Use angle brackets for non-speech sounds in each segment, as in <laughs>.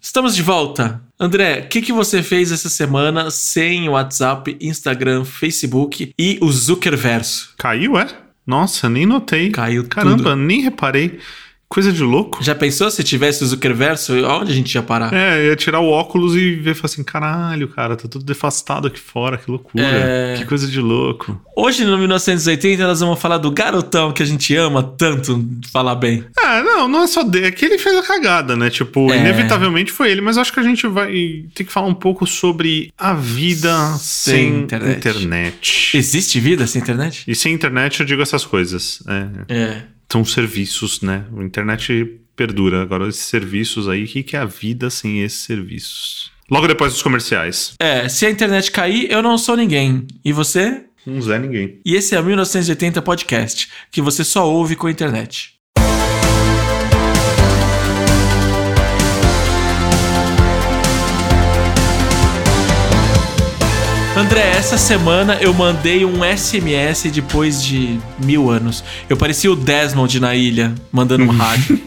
Estamos de volta. André, o que, que você fez essa semana sem WhatsApp, Instagram, Facebook e o Zuckerverso? Caiu, é? Nossa, nem notei. Caiu Caramba, tudo. nem reparei. Coisa de louco. Já pensou se tivesse o Zuckerverso? Onde a gente ia parar? É, ia tirar o óculos e ver e falar assim: caralho, cara, tá tudo defastado aqui fora, que loucura. É. Que coisa de louco. Hoje, no 1980, nós vamos falar do garotão que a gente ama tanto falar bem. Ah, não, não é só dele. É que ele fez a cagada, né? Tipo, É. inevitavelmente foi ele, mas eu acho que a gente vai ter que falar um pouco sobre a vida Sem sem, internet. internet. Existe vida sem internet? E sem internet eu digo essas coisas. né? É. São serviços, né? A internet perdura. Agora, esses serviços aí, o que que é a vida sem esses serviços? Logo depois dos comerciais. É, se a internet cair, eu não sou ninguém. E você? Não zé ninguém. E esse é o 1980 Podcast, que você só ouve com a internet. André, essa semana eu mandei um SMS depois de mil anos. Eu parecia o Desmond na ilha, mandando um rádio.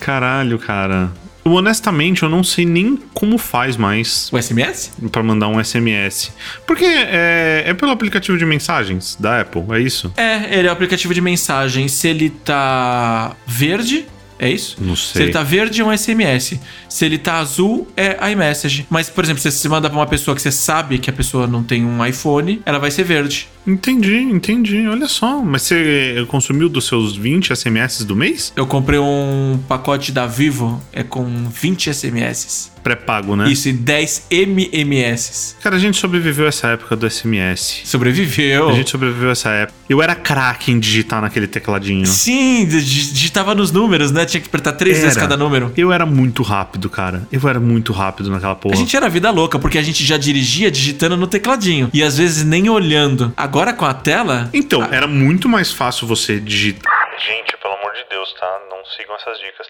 Caralho, cara. Eu, honestamente, eu não sei nem como faz mais O SMS? pra mandar um SMS. Porque é, é pelo aplicativo de mensagens da Apple, é isso? É, ele é o aplicativo de mensagem. Se ele tá verde, é isso? Não Se ele sei. tá verde, é um SMS. Se ele tá azul, é iMessage. Mas, por exemplo, se você manda pra uma pessoa que você sabe que a pessoa não tem um iPhone, ela vai ser verde. Entendi, entendi. Olha só. Mas você consumiu dos seus 20 SMS do mês? Eu comprei um pacote da Vivo, é com 20 SMS. Pré-pago, né? Isso, e 10 MMS. Cara, a gente sobreviveu a essa época do SMS. Sobreviveu. A gente sobreviveu a essa época. Eu era craque em digitar naquele tecladinho. Sim, dig- digitava nos números, né? Tinha que apertar três vezes Era. cada número. Eu era muito rápido, cara. Eu era muito rápido naquela porra. A gente era vida louca, porque a gente já dirigia digitando no tecladinho. E às vezes nem olhando. Agora com a tela. Então, era muito mais fácil você digitar. Gente, pelo amor de Deus, tá? Não sigam essas dicas.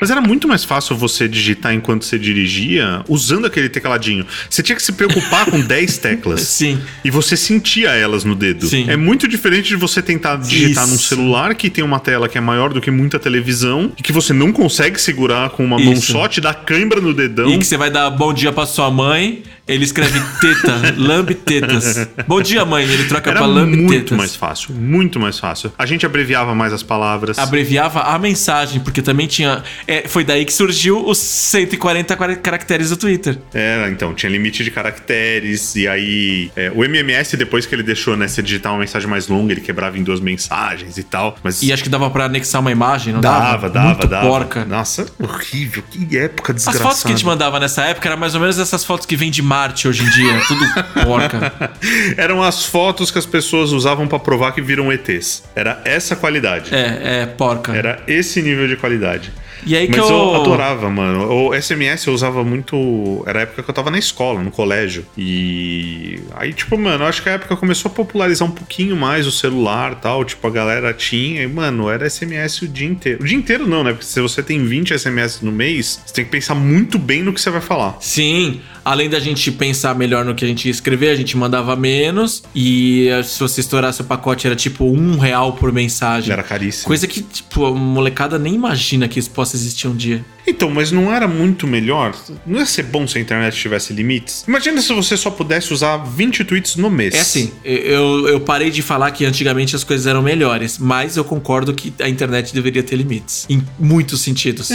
Mas era muito mais fácil você digitar enquanto você dirigia usando aquele tecladinho. Você tinha que se preocupar <laughs> com 10 teclas. Sim. E você sentia elas no dedo. Sim. É muito diferente de você tentar digitar Isso. num celular que tem uma tela que é maior do que muita televisão e que você não consegue segurar com uma mão Isso. só, te dá cãibra no dedão. E que você vai dar bom dia pra sua mãe, ele <laughs> escreve teta, lambe tetas. Bom dia, mãe, ele troca Era pra lambe muito tetas. mais fácil, muito mais fácil. A gente abreviava mais as palavras. Abreviava a mensagem, porque também tinha. é, foi daí que surgiu os 140 quara- caracteres do Twitter. Era, então, tinha limite de caracteres, e aí é, o MMS, depois que ele deixou, né, você digitar uma mensagem mais longa, ele quebrava em duas mensagens e tal, mas... E acho que dava pra anexar uma imagem, não dava? Dava, dava, Muito dava. porca. Nossa, horrível. Que época As desgraçada. fotos que a gente mandava nessa época eram mais ou menos essas fotos que vem de Marte hoje em dia. Tudo <laughs> porca. Eram as fotos que as pessoas usavam pra provar que viram ETs. Era essa qualidade. É, é, porca. Era esse nível de qualidade. E aí É que Mas eu. eu... adorava, mano. O SMS eu usava muito. Era a época que eu tava na escola, no colégio. E. Aí, tipo, mano, eu acho que a época começou a popularizar um pouquinho mais o celular e tal. Tipo, a galera tinha. E, mano, era SMS o dia inteiro. O dia inteiro não, né? Porque se você tem 20 SMS no mês, você tem que pensar muito bem no que você vai falar. Sim, além da gente pensar melhor no que a gente ia escrever, a gente mandava menos. E eh, se você estourasse o pacote, era tipo um real por mensagem. Era assim. caríssimo. Coisa que, tipo, a molecada nem imagina que isso possa existir um dia. Então, mas não era muito melhor? Não ia ser bom se a internet tivesse limites? Imagina se você só pudesse usar 20 tweets no mês. É assim, eu, eu parei de falar que antigamente as coisas eram melhores, mas eu concordo que a internet deveria ter limites. Em muitos sentidos.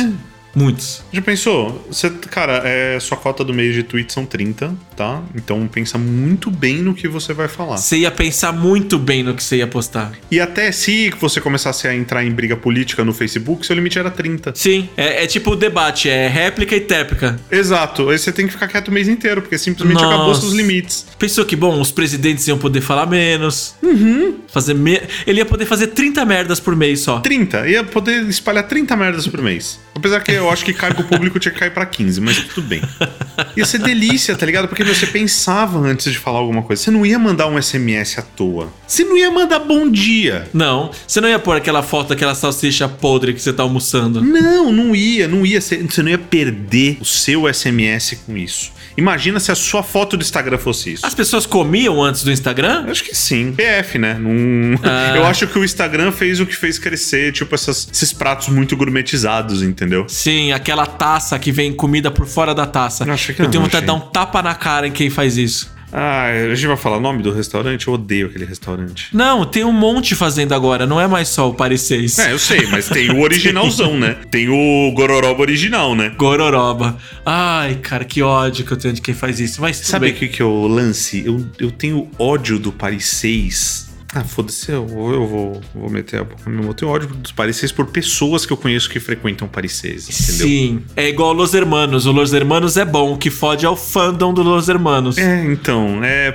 Muitos. Já pensou? Você, cara, é, sua cota do mês de tweets são 30, tá? Então pensa muito bem no que você vai falar. Você ia pensar muito bem no que você ia postar. E até se você começasse a entrar em briga política no Facebook, seu limite era 30. Sim, é, é tipo o debate, é réplica e téplica. Exato. Aí você tem que ficar quieto o mês inteiro, porque simplesmente Nossa. acabou seus limites. Pensou que, bom, os presidentes iam poder falar menos. Uhum. Fazer me... Ele ia poder fazer 30 merdas por mês só. 30. Ia poder espalhar 30 merdas por mês. Apesar que eu acho que cargo público tinha que cair pra 15, mas tudo bem. Ia ser delícia, tá ligado? Porque você pensava antes de falar alguma coisa. Você não ia mandar um SMS à toa. Você não ia mandar bom dia. Não, você não ia pôr aquela foto daquela salsicha podre que você tá almoçando. Não, não ia, não ia. ser- Você não ia perder o seu SMS com isso. Imagina se a sua foto do Instagram fosse isso. As pessoas comiam antes do Instagram? Acho que sim. PF, né? Não- <laughs> Ah. Eu acho que o Instagram fez o que fez crescer, tipo, essas- esses pratos muito gourmetizados, entendeu? Sim, aquela taça que vem comida por fora da taça. Eu achei que eu não, tenho vontade de dar achei. um tapa na cara em quem faz isso. Ah, a gente vai falar o nome do restaurante? Eu odeio aquele restaurante. Não, tem um monte fazendo agora, não é mais só o Paris 6. É, eu sei, mas <laughs> tem o originalzão, né? Tem o gororoba original, né? Gororoba. Ai, cara, que ódio que eu tenho de quem faz isso. Mas tudo Sabe o bem. que, que é o lance? Eu, eu tenho ódio do Paris 6. Ah, foda-se, eu, vou- eu vou, vou meter a boca no meu. Eu tenho ódio dos Paris 6 por pessoas que eu conheço que frequentam Paris 6, entendeu? Sim, é igual Los Hermanos. O Los Hermanos é bom, o que fode é o fandom do Los Hermanos. É, então, é,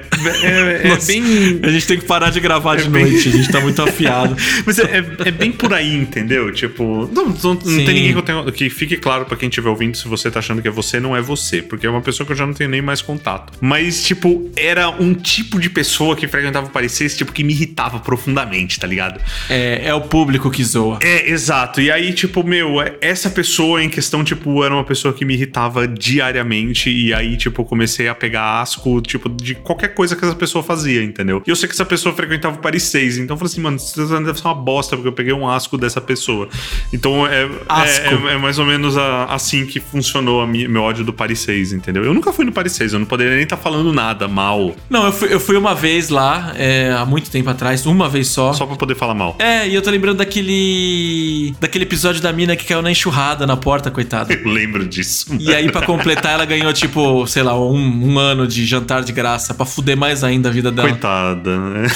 é, é, <laughs> é Nossa, bem. A gente tem que parar de gravar de É bem- noite, a gente tá muito afiado. Mas é, é- é bem por aí, entendeu? Tipo, não, não, não tem Sim. ninguém que eu tenha. Que fique claro pra quem estiver ouvindo, se você tá achando que é você, não é você. Porque é uma pessoa que eu já não tenho nem mais contato. Mas, tipo, era um tipo de pessoa que frequentava o Paris 6, tipo, que me irritava profundamente, tá ligado? É, é o público que zoa. É, exato. E aí, tipo, meu, é- essa pessoa em questão, tipo, era uma pessoa que me irritava diariamente. E aí, tipo, eu comecei a pegar asco, tipo, de qualquer coisa que essa pessoa fazia, entendeu? E eu sei que essa pessoa frequentava o Paris 6. Então eu falei assim, mano, isso deve ser uma bosta, porque eu peguei um asco dessa pessoa. Então é, Asco. é, é- é mais ou menos a- assim que funcionou a mi- meu ódio do Paris 6, entendeu? Eu nunca fui no Paris 6, eu não poderia nem estar falando nada mal, Não, eu fui, eu fui uma vez lá, é, há muito tempo atrás, uma vez só. só pra poder falar mal. É, e eu tô lembrando daquele. daquele episódio da mina que caiu na enxurrada na porta, coitada. Eu lembro disso. É. E é, então. aí, pra completar, ela ganhou, tipo, sei lá, um, um ano de jantar de graça pra fuder mais ainda a vida dela. Coitada, né?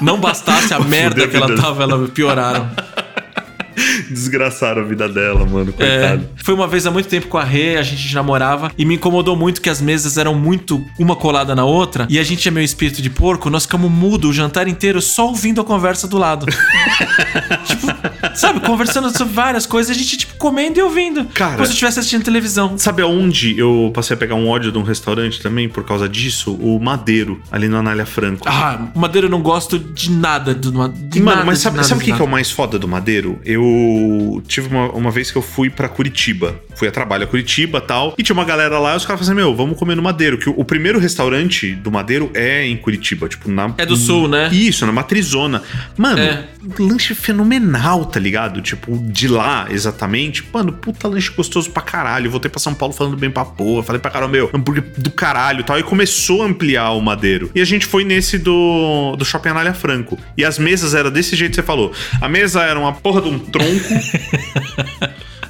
Não bastasse <laughs> a merda fuder a que ela vida tava, ela pioraram. Desgraçaram a vida dela, mano, É, coitado. foi uma vez há muito tempo com a Rê, a gente namorava, e me incomodou muito que as mesas eram muito uma colada na outra, e a gente é meio espírito de porco, nós ficamos mudo o jantar inteiro só ouvindo a conversa do <laughs> lado. tipo, sabe, conversando sobre várias coisas, a gente, tipo, comendo e ouvindo. Cara- Como se eu estivesse assistindo televisão. Sabe aonde eu passei a pegar um ódio de um restaurante também por causa disso? O Madeiro, ali na Anália Franco. Ah, madeira eu não gosto de nada. De, uma- de Mano, nada, mas de sabe, nada, sabe de o que, que é nada. o mais foda do Madeiro? Eu tive uma, uma vez que eu fui pra Curitiba. Fui a trabalho a Curitiba tal. E tinha uma galera lá e os caras falaram assim: Meu, vamos comer no Madeiro. Que o, o primeiro restaurante do Madeiro é em Curitiba. Tipo, na. É do sul, né? Isso, na Matrizona. Mano, É. lanche fenomenal, tá ligado? Tipo, de lá, exatamente. Mano, puta lanche gostoso pra caralho. Voltei pra São Paulo falando bem pra porra. Falei pra caramba, meu, hambúrguer do caralho e tal. E começou a ampliar o madeiro. E a gente foi nesse do, do Shopping Anália Franco. E as mesas eram desse jeito que você falou. A mesa era uma porra de um tronco.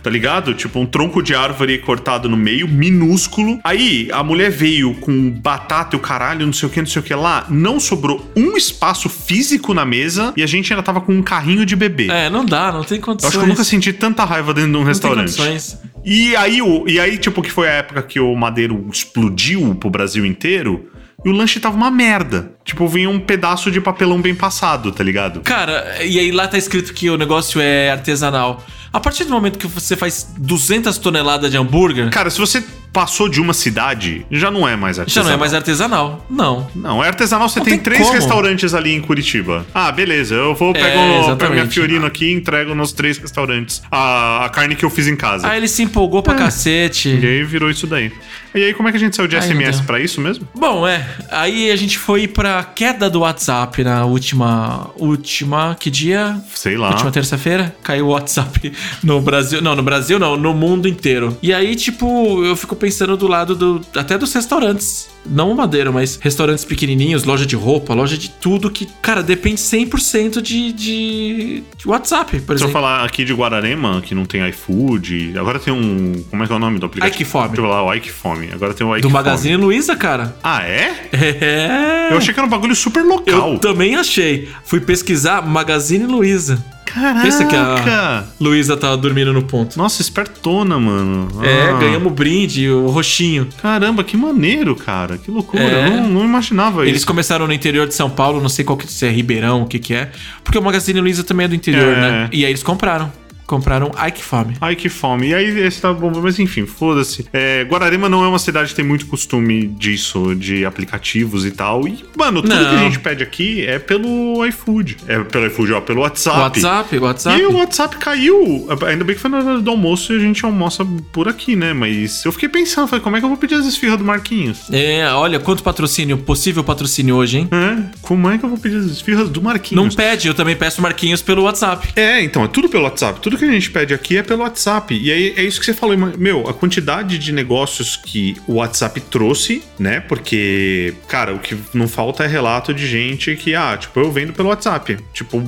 Tá ligado? Tipo, um tronco de árvore cortado no meio, minúsculo. Aí a mulher veio com batata e o caralho, não sei o que, não sei o que lá. Não sobrou um espaço físico na mesa e a gente ainda tava com um carrinho de bebê. É, não dá, não tem Eu condições. acho que eu nunca senti tanta raiva dentro de não um tem restaurante. condições. E aí, o, e aí, tipo, que foi a época que o Madeiro explodiu pro Brasil inteiro. E o lanche tava uma merda. Tipo, vinha um pedaço de papelão bem passado, tá ligado? Cara, e aí lá tá escrito que o negócio é artesanal. A partir do momento que você faz 200 toneladas de hambúrguer, Cara, se você passou de uma cidade, já não é mais já artesanal. não é mais artesanal. Não. Não, é artesanal, você Não tem, tem três como. restaurantes ali em Curitiba. Ah, beleza, eu vou É, pegar o- pego minha exatamente. Fiorino aqui e entrego nos três restaurantes a, a carne que eu fiz em casa. Aí ele se empolgou É. pra E cacete. aí virou isso daí. E aí, como é que a gente saiu de Ai, meu SMS Deus. pra isso mesmo? Bom, é. Aí a gente foi pra queda do WhatsApp na última. Última. Que dia? Sei lá. Última terça-feira, caiu o WhatsApp no Brasil. Não, no Brasil não, no mundo inteiro. E aí, tipo, eu fico pensando do lado do. Até dos restaurantes. Não o madeiro, mas restaurantes pequenininhos, loja de roupa, loja de tudo que, cara, depende 100% de, de, de WhatsApp, por Se eu exemplo. falar aqui de Guararema, que não tem iFood, agora tem um. Como é que é o nome do aplicativo? Ike Fome. Deixa eu falar, o Ike Fome. Agora tem o Ike Do Fome. Magazine Luiza, cara. Ah, é? É. Eu achei que era um bagulho super local. Eu também achei. Fui pesquisar Magazine Luiza. Caraca! Pensa que a- Luiza tava dormindo no ponto. Nossa, espertona, mano. É, Ah. ganhamos o brinde, o roxinho. Caramba, que maneiro, cara. Que loucura. É. Eu não, não imaginava Eles isso. começaram no interior de São Paulo, não sei qual que se é Ribeirão, o que que é. Porque o Magazine Luiza também é do interior, É. né? E aí eles compraram. Compraram Ai que fome. Ai, que fome. E aí, esse tá bom, mas enfim, foda-se. É, Guararema não é uma cidade que tem muito costume disso, de aplicativos e tal. E, mano, tudo Não. que a gente pede aqui é pelo iFood. É pelo iFood, ó, pelo WhatsApp. WhatsApp, WhatsApp. E o WhatsApp caiu. Ainda bem que foi na hora do almoço e a gente almoça por aqui, né? Mas eu fiquei pensando, falei, como é que eu vou pedir as esfirras do Marquinhos? É, olha, quanto patrocínio, possível patrocínio hoje, hein? É, como é que eu vou pedir as esfirras do Marquinhos? Não pede, eu também peço Marquinhos pelo WhatsApp. É, então, é tudo pelo WhatsApp. Tudo que a gente pede aqui é pelo WhatsApp. E aí é isso que você falou, irmão. meu, a quantidade de negócios que o WhatsApp trouxe, né? Porque, cara, o que não falta é relato de gente que, ah, tipo, eu vendo pelo WhatsApp. Tipo,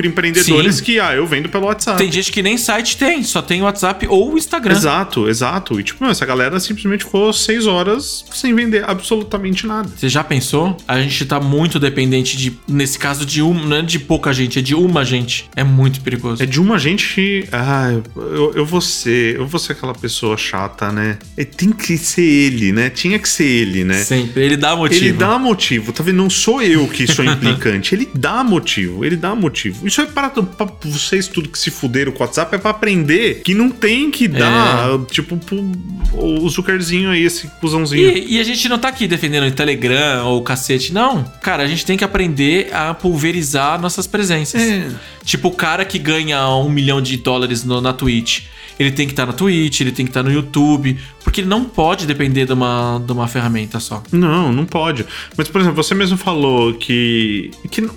microempreendedores Sim. que, ah, eu vendo pelo WhatsApp. Tem gente que nem site tem, só tem WhatsApp ou Instagram. Exato, exato. E tipo, meu, essa galera simplesmente ficou seis horas sem vender absolutamente nada. Você já pensou? A gente tá muito dependente de, nesse caso, de um, não é de pouca gente, é de uma gente. É muito perigoso. É de uma gente. Ah, eu, eu vou ser. Eu vou ser aquela pessoa chata, né? É, tem que ser ele, né? Tinha que ser ele, né? Sempre. Ele dá motivo. Ele dá motivo, tá vendo? Não sou eu que sou implicante. ele dá motivo, ele dá motivo. Isso é para, pra vocês tudo que se fuderam com o WhatsApp, é pra aprender que não tem que dar, tipo, pro- o Zuckerzinho aí, esse cuzãozinho. E, e a gente não tá aqui defendendo o Telegram ou o cacete, não. Cara, a gente tem que aprender a pulverizar nossas presenças. É. Tipo, o cara que ganha um milhão de dólares no- na Twitch, ele tem que estar na Twitch, ele tem que estar no YouTube, porque ele não pode depender de uma, de uma ferramenta só. Não, não pode. Mas, por exemplo, você mesmo falou que, que n-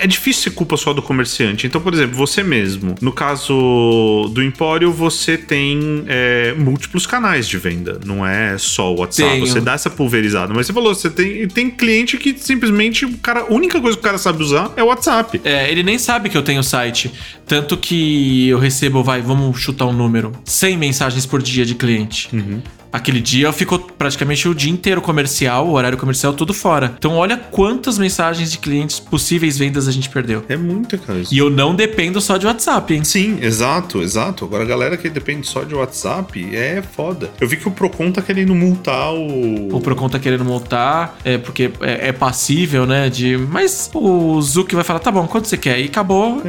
é difícil ser culpa só do comerciante. Então, por exemplo, você mesmo, no caso do Empório, você tem é, múltiplos canais de venda. Não é só o WhatsApp. Tenho. Você dá essa pulverizada. Mas você falou, você tem, tem cliente que simplesmente o cara, a única coisa que o cara sabe usar é o WhatsApp. É, ele nem sabe que eu tenho site. Tanto que eu recebo, vai, vamos chutar um número: 100 mensagens por dia de cliente. Uhum. Aquele dia ficou praticamente o dia inteiro comercial, o horário comercial, tudo fora. Então, olha quantas mensagens de clientes, possíveis vendas a gente perdeu. É muita coisa. E eu não dependo só de WhatsApp, hein? Sim, exato, exato. Agora a galera que depende só de WhatsApp é foda. Eu vi que o Procon tá querendo multar O Procon tá querendo montar, é porque é, é passível, né? De. Mas o Zuc vai falar, tá bom, quanto você quer? E acabou.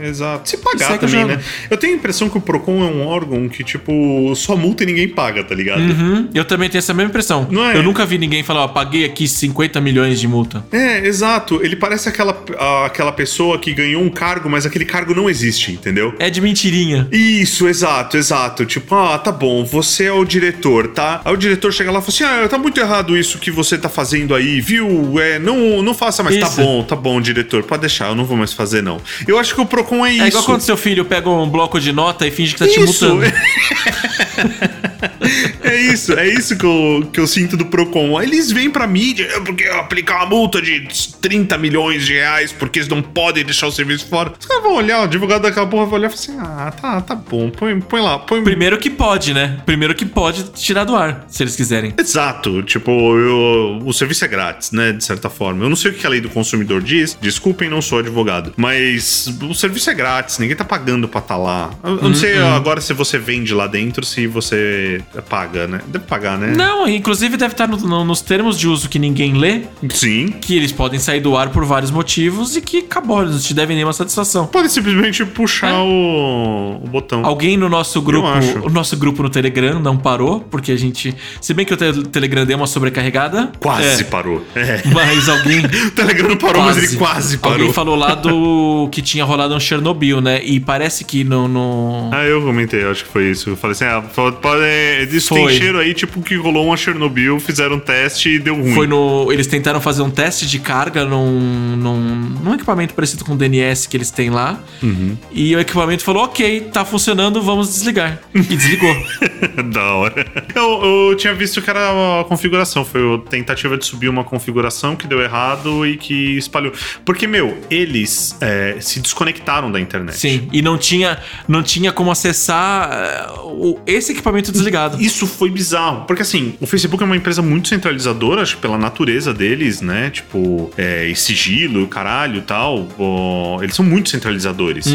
É, exato. Se E pagar segue também, o jogo. né? Eu tenho a impressão que o Procon é um órgão que, tipo, só multa e ninguém paga, tá ligado? Uhum. Eu também tenho essa mesma impressão. Não é? Eu nunca vi ninguém falar, ó, paguei aqui 50 milhões de multa. É, exato. Ele parece aquela, a- aquela pessoa que ganhou um cargo, mas aquele cargo não existe, entendeu? É de mentirinha. Isso, exato, exato. Tipo, ah, tá bom, você é o diretor, tá? Aí o diretor chega lá e fala assim: ah, tá muito errado isso que você tá fazendo aí, viu? É, não, não faça mais. Isso. Tá bom, tá bom, diretor, pode deixar, eu não vou mais fazer, não. Eu acho que o Procon é, isso. É igual quando seu filho pega um bloco de nota e finge que tá te Isso. multando. <laughs> É isso, é isso que eu, que eu sinto do Procon. Aí eles vêm pra mídia, "É porque eu aplicar uma multa de 30 milhões de reais, porque eles não podem deixar o serviço fora. Os caras vão olhar, o advogado daquela porra vai olhar e falar assim: ah, tá, tá bom, põe, põe lá, põe. Primeiro que pode, né? Primeiro que pode tirar do ar, se eles quiserem. Exato, tipo, eu- o serviço é grátis, né? De certa forma. Eu não sei o que a lei do consumidor diz, desculpem, não sou advogado, mas o serviço é grátis, ninguém tá pagando pra tá lá. Eu, Uhum, eu não sei agora se você vende lá dentro, se você paga, né? Deve pagar, né? Não, inclusive deve estar no- no- nos termos de uso que ninguém lê, Sim, que eles podem sair do ar por vários motivos e que acabou, eles não te devem nenhuma satisfação. Pode simplesmente puxar É. o, o botão. Alguém no nosso grupo, acho. o nosso grupo no Telegram não parou, porque a gente, se bem que o te- Telegram deu uma sobrecarregada, Quase é, parou. É. mas <laughs> alguém O Telegram não parou, mas ele quase Alguém parou. falou lá do que tinha rolado um Chernobyl, né? E parece que no, no- Ah, eu comentei, acho que foi isso. Eu falei assim, ah, pode, pode- isso Foi. tem cheiro aí, tipo, que rolou uma Chernobyl, fizeram um teste e deu ruim. Foi no. Eles tentaram fazer um teste de carga num, num, num equipamento parecido com o DNS que eles têm lá. Uhum. E o equipamento falou: ok, tá funcionando, vamos desligar. E <laughs> desligou. da hora. Eu, eu tinha visto que era a configuração, foi a tentativa de subir uma configuração que deu errado e que espalhou. Porque, meu, eles é, se desconectaram da internet. Sim. E não tinha, não tinha como acessar eh, o- esse equipamento desligado. Isso foi bizarro. Porque assim, o Facebook é uma empresa muito centralizadora, acho que pela natureza deles, né? Tipo, é, e sigilo, caralho e tal. ó, eles são muito centralizadores.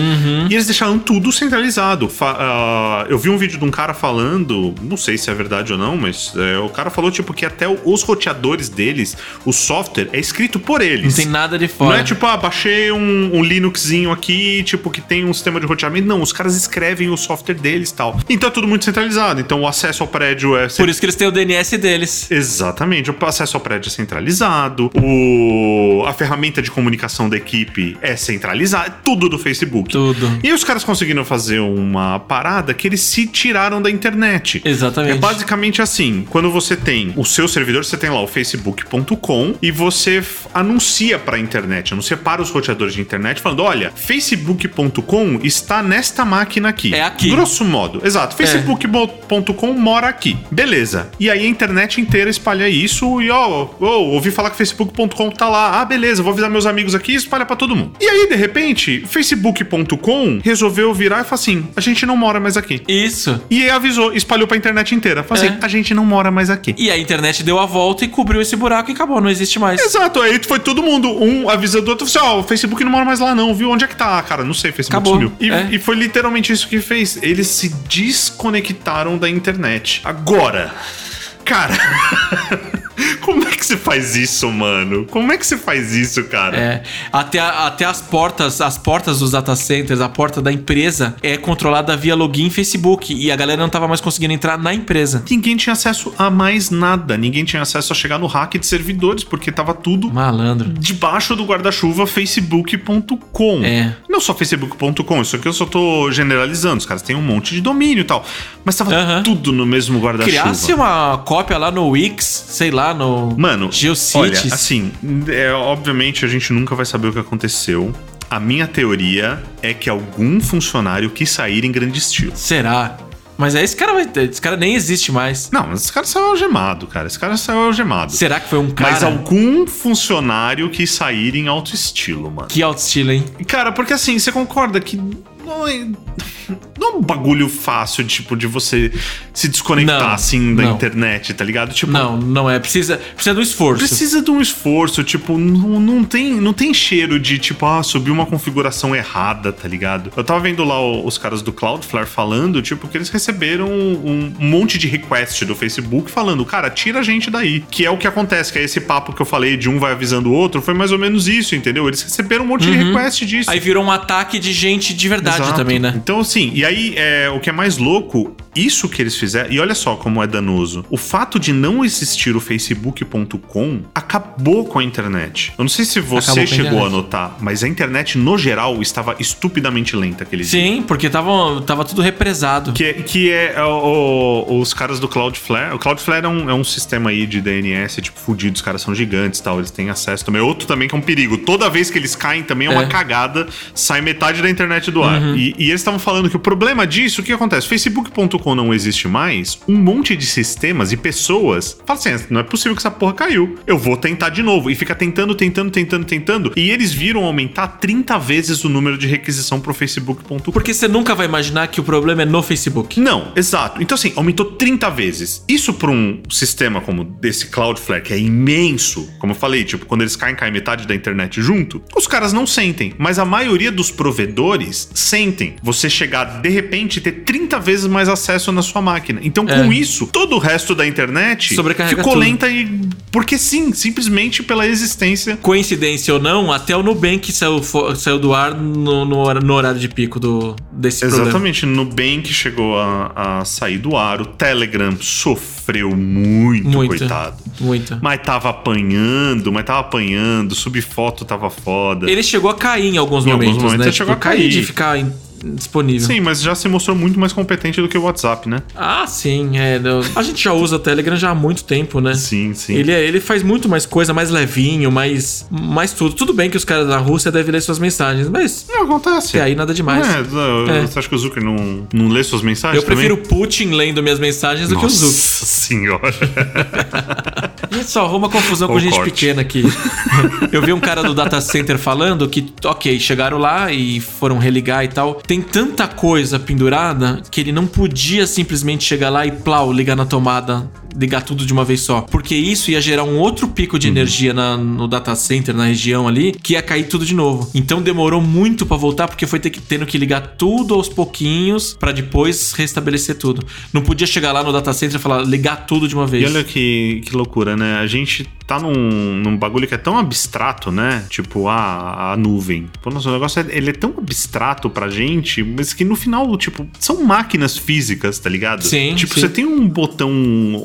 E eles deixaram tudo centralizado. Fa- ah, eu vi um vídeo de um cara falando, não sei se é verdade ou não, mas é, o cara falou, tipo, que até o- os roteadores deles, o software, é escrito por Não eles. tem nada de fora. Não é tipo, ah, baixei um, um Linuxzinho aqui, tipo, que tem um sistema de roteamento. Não, os caras escrevem o software deles e tal. Então é tudo muito centralizado. Então Então o acesso ao prédio é. Por isso que eles têm o DNS deles. Exatamente, o acesso ao prédio é centralizado, o... a ferramenta de comunicação da equipe é centralizada, é tudo do Facebook. Tudo. E os caras conseguiram fazer uma parada que eles se tiraram da internet. Exatamente. É basicamente assim: quando você tem o seu servidor, você tem lá o facebook.com e você f- anuncia pra internet, anuncia para os roteadores de internet, falando: olha, facebook.com está nesta máquina aqui. É aqui. É. Grosso modo. Exato. facebook.com mora aqui. Beleza. E aí a internet inteira espalha isso e ó, ô, ouvi falar que facebook.com tá lá. Ah, beleza, vou avisar meus amigos aqui e espalha pra todo mundo. E aí, de repente, facebook.com resolveu virar e falar assim: a gente não mora mais aqui. Isso. E aí avisou, espalhou pra internet inteira. Falou assim: É. a gente não mora mais aqui. E a internet deu a volta e cobriu esse buraco e acabou, não existe mais. Exato, aí foi todo mundo, um avisando o outro, falou assim, ó, o Facebook não mora mais lá não, viu? Onde é que tá? Ah, Cara, não sei, Facebook Acabou, sumiu. E, é. e foi literalmente isso que fez. Eles se desconectaram da internet. Agora, cara... <laughs> Como é que você faz isso, mano? Como é que você faz isso, cara? É, até, a- até as portas, as portas dos data centers, a porta da empresa é controlada via login Facebook e a galera não tava mais conseguindo entrar na empresa. Ninguém tinha acesso a mais nada. Ninguém tinha acesso a chegar no hack de servidores, porque tava tudo Malandro. debaixo do guarda-chuva facebook.com. É. Não só facebook.com, isso aqui eu só tô generalizando, os caras têm um monte de domínio e tal. Mas tava Aham. tudo no mesmo Criasse guarda-chuva. uma cópia lá no Wix, sei lá, no Mano, Geocities. olha, assim, é, obviamente a gente nunca vai saber o que aconteceu. A minha teoria é que algum funcionário quis sair em grande estilo. Será? Mas aí esse cara vai ter, esse cara nem existe mais. Não, mas esse cara saiu algemado, cara. Esse cara saiu algemado. Será que foi um cara? Mas é algum funcionário quis sair em alto estilo, mano. Que alto estilo, hein? Cara, porque assim, você concorda que não é, não é um bagulho fácil, tipo, de você se desconectar, Não, assim, da não. internet, tá ligado? Tipo, Não, não é. Precisa, precisa do esforço. Precisa de um esforço, tipo, não, não, tem, não tem cheiro de, tipo, ah, subiu uma configuração errada, tá ligado? Eu tava vendo lá o- os caras do Cloudflare falando, tipo, que eles receberam um, um monte de request do Facebook falando, cara, tira a gente daí. Que é o que acontece, que é esse papo que eu falei de um vai avisando o outro, foi mais ou menos isso, entendeu? Eles receberam um monte de request disso. Uhum. Aí virou um ataque de gente de verdade Exato. também, né? Então, assim, e aí é, o que é mais louco, isso que eles fizeram, e olha só como é danoso. O fato de não existir o facebook.com acabou com a internet. Eu não sei se Acabou com você a chegou a internet. notar, mas a internet, no geral, estava estupidamente lenta aquele dia. Sim, porque tava, tava tudo represado. Que é, que é é, o- o- os caras do Cloudflare. O Cloudflare é um, é um sistema aí de DNS, tipo, fudido. Os caras são gigantes e tal, eles têm acesso também. Outro também que é um perigo. Toda vez que eles caem também é uma É. cagada, sai metade da internet do ar. E, e eles estavam falando que o problema disso, o que acontece? Facebook.com não existe mais, um monte de sistemas e pessoas falam assim, não é possível que essa porra caiu. Eu vou tentar de novo. E fica tentando, tentando, tentando, tentando. E eles viram aumentar 30 vezes o número de requisição pro Facebook.com. Porque você nunca vai imaginar que o problema é no Facebook. Não, exato. Então, assim, aumentou 30 vezes. Isso para um sistema como desse Cloudflare, que é imenso, como eu falei, tipo, quando eles caem, cai metade da internet junto, os caras não sentem. Mas a maioria dos provedores sentem. Você chegar, de repente, e ter 30 vezes mais acesso na sua máquina. Então, com É. isso, todo o resto da internet Sobrecarrega ficou tudo. lenta e. Porque sim, simplesmente pela existência. Coincidência ou não, até o Nubank saiu, fo- saiu do ar no, no hora- no horário de pico do, desse é problema. Exatamente, Nubank chegou a, a sair do ar, o Telegram sofreu muito, Muito. coitado. Muito. Mas tava apanhando, mas tava apanhando, subfoto tava foda. Ele chegou a cair em alguns Em alguns momentos, momentos né? ele chegou a cair. de ficar in- disponível. Sim, mas já se mostrou muito mais competente do que o WhatsApp, né? Ah, sim. é, não. A gente já usa o Telegram já há muito tempo, né? Sim, sim. Ele, é- ele faz muito mais coisa, mais levinho, mais, mais tudo. Tudo bem que os caras da Rússia devem ler suas mensagens, mas Não, É, acontece. até aí nada demais. É, eu- É. Você acha que o Zucker não, não lê suas mensagens Eu prefiro o Putin lendo minhas mensagens também? do que o Zuc. Nossa senhora. A gente só arruma confusão com Ou gente corte. pequena aqui. <laughs> Eu vi um cara do data center falando que, ok, chegaram lá e foram religar e tal. Tem tanta coisa pendurada que ele não podia simplesmente chegar lá e plau, ligar na tomada ligar tudo de uma vez só. Porque isso ia gerar um outro pico Uhum. de energia na- no data center, na região ali, que ia cair tudo de novo. Então demorou muito pra voltar, porque foi ter que- tendo que ligar tudo aos pouquinhos pra depois restabelecer tudo. Não podia chegar lá no data center e falar, ligar tudo de uma vez. E olha que, que loucura, né? A gente tá num, num bagulho que é tão abstrato, né? Tipo, a, a nuvem. Pô, nossa, o negócio é, ele é tão abstrato pra gente, mas que no final, tipo, são máquinas físicas, tá ligado? Sim, Tipo, sim. você tem um botão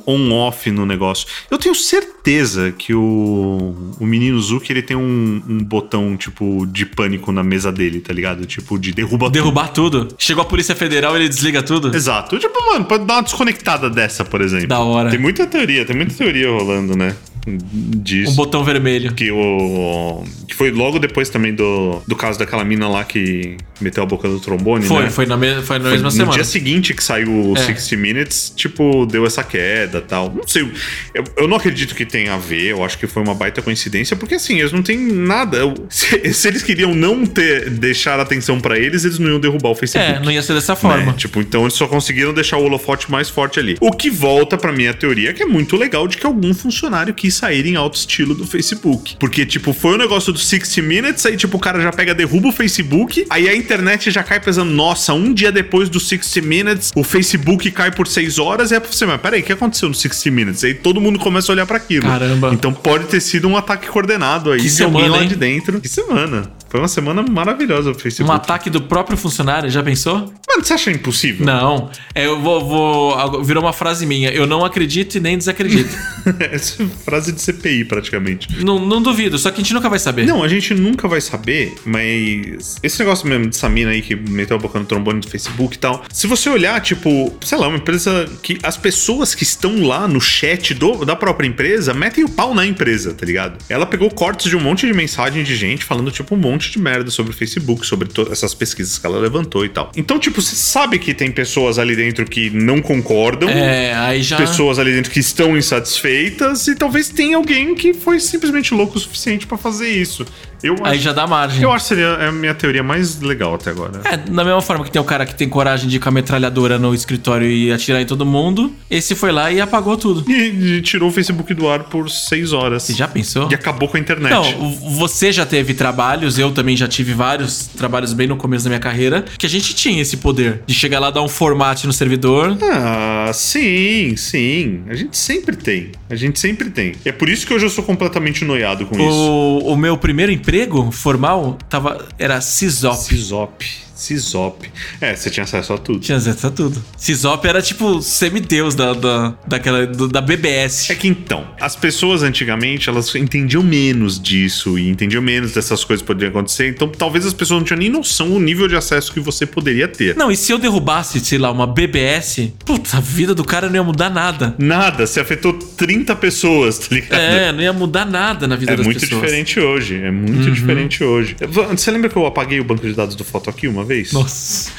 on-off no negócio. Eu tenho certeza que o, o menino Zuki, ele tem um, um botão, tipo, de pânico na mesa dele, tá ligado? Tipo, de derruba tudo. Derrubar tudo. Chegou a Polícia Federal, ele desliga tudo. Exato. Tipo, mano, pode dar uma desconectada dessa, por exemplo. Da hora. Tem muita teoria, tem muita teoria rolando, né? Disso. Um botão vermelho. que o. Que foi logo depois também do, do caso daquela mina lá que meteu a boca do trombone, Foi, né? foi na, me- foi na Foi mesma no semana. dia seguinte que saiu o É. 60 Minutes, tipo, deu essa queda e tal. Não sei, eu, eu não acredito que tenha a ver, eu acho que foi uma baita coincidência, porque assim, eles não têm nada. Eu- <laughs> Se, se eles queriam não ter, deixar atenção pra eles, eles não iam derrubar o Facebook. É, não ia ser dessa né? forma. Tipo, então eles só conseguiram deixar o holofote mais forte ali. O que volta pra minha teoria que é muito legal de que algum funcionário quis sair em alto estilo do Facebook. Porque, tipo, foi o negócio do 60 Minutes, aí, tipo, o cara já pega, derruba o Facebook, aí a internet já cai pensando, nossa, um dia depois do 60 Minutes, o Facebook cai por 6 horas, e é pra você, mas peraí, o que aconteceu no 60 Minutes? Aí todo mundo começa a olhar pra aquilo. Caramba. Então pode ter sido um ataque coordenado aí Que de alguém semana, lá hein? de dentro. Que semana. Foi uma semana maravilhosa o Um Facebook. ataque do próprio funcionário, já pensou? Mano, você acha impossível? Não. É, eu vou, vou. agora Virou uma frase minha. Eu não acredito e nem <laughs> desacredito. Essa é frase de CPI, praticamente. não, não duvido, só que a gente nunca vai saber. Não, a gente nunca vai saber, mas esse negócio mesmo dessa mina aí que meteu a boca no trombone do Facebook e tal. Se você olhar, tipo, sei lá, uma empresa que as pessoas que estão lá no chat do- da própria empresa metem o pau na empresa, tá ligado? Ela pegou cortes de um monte de mensagem de gente falando, tipo, um monte de merda sobre o Facebook, sobre todas essas pesquisas que ela levantou e tal. Então, tipo, você sabe que tem pessoas ali dentro que não concordam É, aí já. pessoas ali dentro que estão insatisfeitas e talvez tenha alguém que foi simplesmente louco o suficiente pra fazer isso. Eu Aí acho, já dá margem. eu acho que seria a minha teoria mais legal até agora. É, da mesma forma que tem o cara que tem coragem de ir com a metralhadora no escritório e atirar em todo mundo, esse foi lá e apagou tudo. E, e tirou o Facebook do ar por seis horas. Você já pensou? E acabou com a internet. Não, v- você já teve trabalhos, eu também já tive vários trabalhos bem no começo da minha carreira, que a gente tinha esse poder de chegar lá, dar um format no servidor. Ah, sim, sim. A gente sempre tem. A gente sempre tem. E é por isso que hoje eu sou completamente noiado com isso. O, o meu primeiro emprego formal tava, era CISOP. Cisop. Cisop. É, você tinha acesso a tudo. Tinha acesso a tudo. CISOP era tipo semideus da, da, daquela, do- da BBS. É que então, as pessoas antigamente, elas entendiam menos disso e entendiam menos dessas coisas que poderiam acontecer, então talvez as pessoas não tinham nem noção do nível de acesso que você poderia ter. Não, e se eu derrubasse, sei lá, uma BBS, puta, a vida do cara não ia mudar nada. Nada, se afetou 30 pessoas, tá ligado? <laughs> É, não ia mudar nada na vida É das muito pessoas. Uhum. diferente hoje, é muito diferente hoje. Eu vou- Você lembra que eu apaguei o banco de dados do Foto aqui uma vez? Nossa.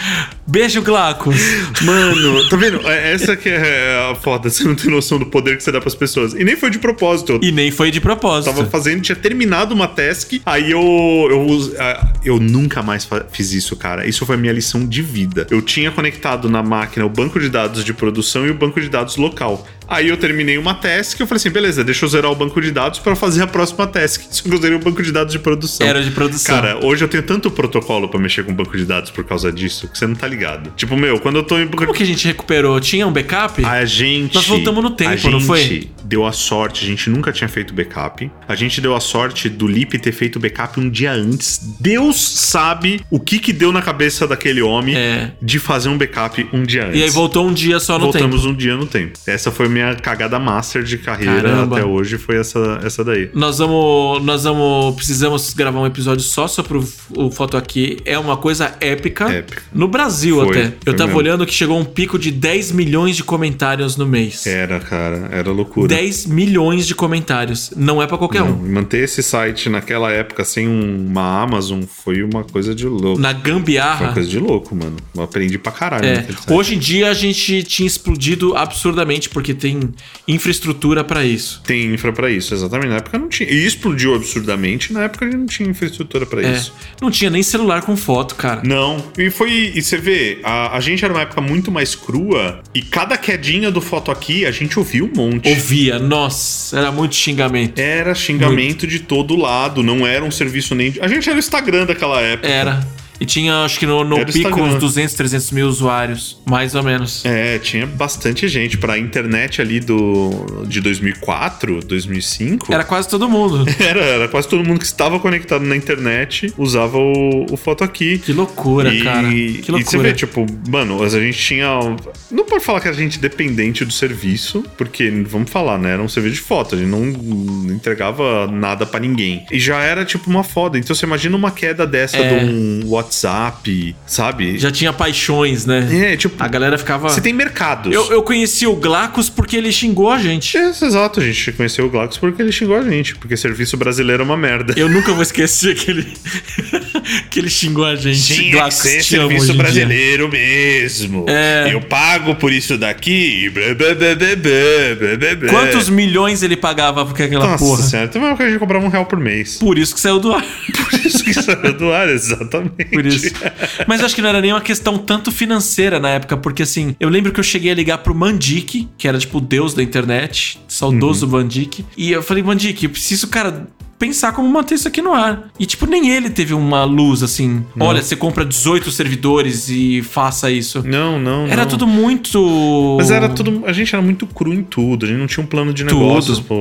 Beijo, Glacos. Mano, tá vendo? É, Essa que é a foda, você não tem noção do poder que você dá pras pessoas. E nem foi de propósito, eu E nem foi de propósito. tava fazendo, tinha terminado uma task, aí eu eu, us- ah, eu nunca mais fa- fiz isso, cara. Isso foi a minha lição de vida. Eu tinha conectado na máquina o banco de dados de produção e o banco de dados local. Aí eu terminei uma task e eu falei assim, beleza, deixa eu zerar o banco de dados pra fazer a próxima task. <laughs> Só que eu zerei o banco de dados de produção. Era de produção. Cara, hoje eu tenho tanto protocolo pra mexer com banco de dados por causa disso que você não tá ligado. Tipo, meu, quando eu tô em banco de Como que a gente recuperou? Tinha um backup? a gente. Nós voltamos no tempo, a gente não foi? Deu a sorte, a gente nunca tinha feito backup. A gente deu a sorte do Lip ter feito backup um dia antes. Deus sabe o que que deu na cabeça daquele homem É. de fazer um backup um dia antes. E aí voltou um dia só no tempo. Voltamos um dia no tempo. Essa foi minha cagada master de carreira Caramba. até hoje, foi essa, essa daí. Nós vamos. Nós vamos. Precisamos gravar um episódio só sobre o, o foto aqui. É uma coisa épica. Épica. No Brasil Foi, até. Eu foi tava mesmo. olhando que chegou um pico de 10 milhões de comentários no mês. Era, cara, era loucura. 10 milhões de comentários. Não é pra qualquer Não, um. manter esse site naquela época sem um- uma Amazon foi uma coisa de louco. um. Na Foi uma gambiarra. coisa de louco, mano. Eu aprendi pra caralho. É. naquele site. Hoje em dia a gente tinha explodido absurdamente, porque tem infraestrutura pra isso. Tem infra pra isso, exatamente. Na época não tinha. E explodiu absurdamente, na época a gente não tinha infraestrutura pra É. isso. Não tinha nem celular com foto, cara. Não. E foi. E você vê, a, a gente era uma época muito mais crua e cada quedinha do foto aqui a gente ouvia um monte. Ouvia, nossa, era muito xingamento. Era xingamento de todo lado, não era um serviço nem. A gente era o Instagram daquela época. Era. E tinha, acho que no, no Era o pico, Instagram. uns 200, 300 mil usuários. Mais ou menos. É, tinha bastante gente. Pra internet ali do de 2004, 2005. Era quase todo mundo. <laughs> Era, era quase todo mundo que estava conectado na internet usava o, o foto aqui. Que loucura, <laughs> e, cara. e Que você vê, loucura. tipo, mano, a gente tinha. um, Não pode falar que a gente é dependente do serviço, porque, vamos falar, né? Era um serviço de foto, a gente não entregava nada pra ninguém. E já era, tipo, uma foda. Então você imagina uma queda dessa É. de um WhatsApp, sabe? Já tinha paixões, né? É, tipo, A galera ficava. você tem mercados. Eu, eu conheci o Glacos porque ele xingou a gente. Isso, exato, a gente conheceu o Glax porque ele xingou a gente, porque serviço brasileiro é uma merda. Eu nunca vou esquecer que ele, <laughs> que ele xingou a gente. é Glacos, te amo hoje em dia. mesmo. É. Eu pago por isso daqui. Quantos milhões ele pagava por aquela né? Nossa porra? senhora, tem uma coisa que a gente comprava um real por mês. Por isso que saiu do ar. Por <laughs> isso que saiu do ar, exatamente. Por isso. Mas eu acho que não era nem uma questão tanto financeira na época, porque assim, eu lembro que eu cheguei a ligar pro Mandic, que era tipo o deus da internet, Uhum. saudoso Mandic, e eu falei, Mandic, eu preciso, cara. Pensar como manter isso aqui no ar. E, tipo, nem ele teve uma luz assim. Olha, você compra 18 servidores e faça isso. Não, não, Era não. tudo muito. Mas era tudo. A gente era muito cru em tudo. A gente não tinha um plano de Tudo. negócios pra,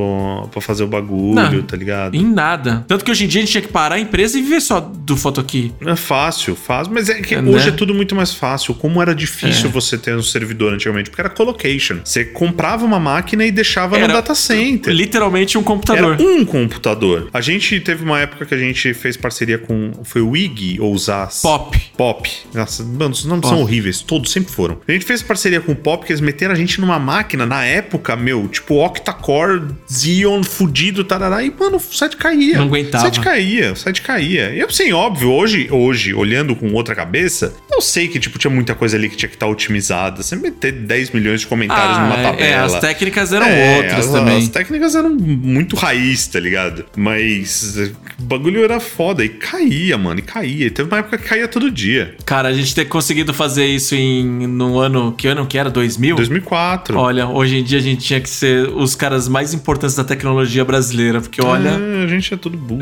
pra fazer o bagulho, Não. tá ligado? Em nada. Tanto que hoje em dia a gente tinha que parar a empresa e viver só do foto aqui. É fácil, fácil. Mas é que É, hoje né? É. é tudo muito mais fácil. Como era difícil você ter um servidor antigamente, porque era colocation. Você comprava uma máquina e deixava no Era data center. Literalmente um computador. Era um computador. A gente teve uma época que a gente fez parceria com. Foi o IG ou o ZAS? Pop. Pop. Nossa, mano, os nomes Pop. são horríveis. Todos sempre foram. A gente fez parceria com o Pop, que eles meteram a gente numa máquina, na época, meu, tipo octa-core, Xeon fudido, tarará. E, mano, o site caía. Não aguentava. O site caía, o site caía. E, assim, óbvio, hoje, hoje, olhando com outra cabeça, eu sei que, tipo, tinha muita coisa ali que tinha que estar otimizada. Você meter 10 milhões de comentários numa Ah, tabela. é, as técnicas eram É, outras as- também. As técnicas eram muito raiz, tá ligado? Mas eh, o bagulho era foda e caía, mano, e caía. E teve uma época que caía todo dia. Cara, a gente ter conseguido fazer isso em no ano que ano que era 2000. 2004. Olha, hoje em dia a gente tinha que ser os caras mais importantes da tecnologia brasileira, porque olha. É, a gente é <laughs> todo burro.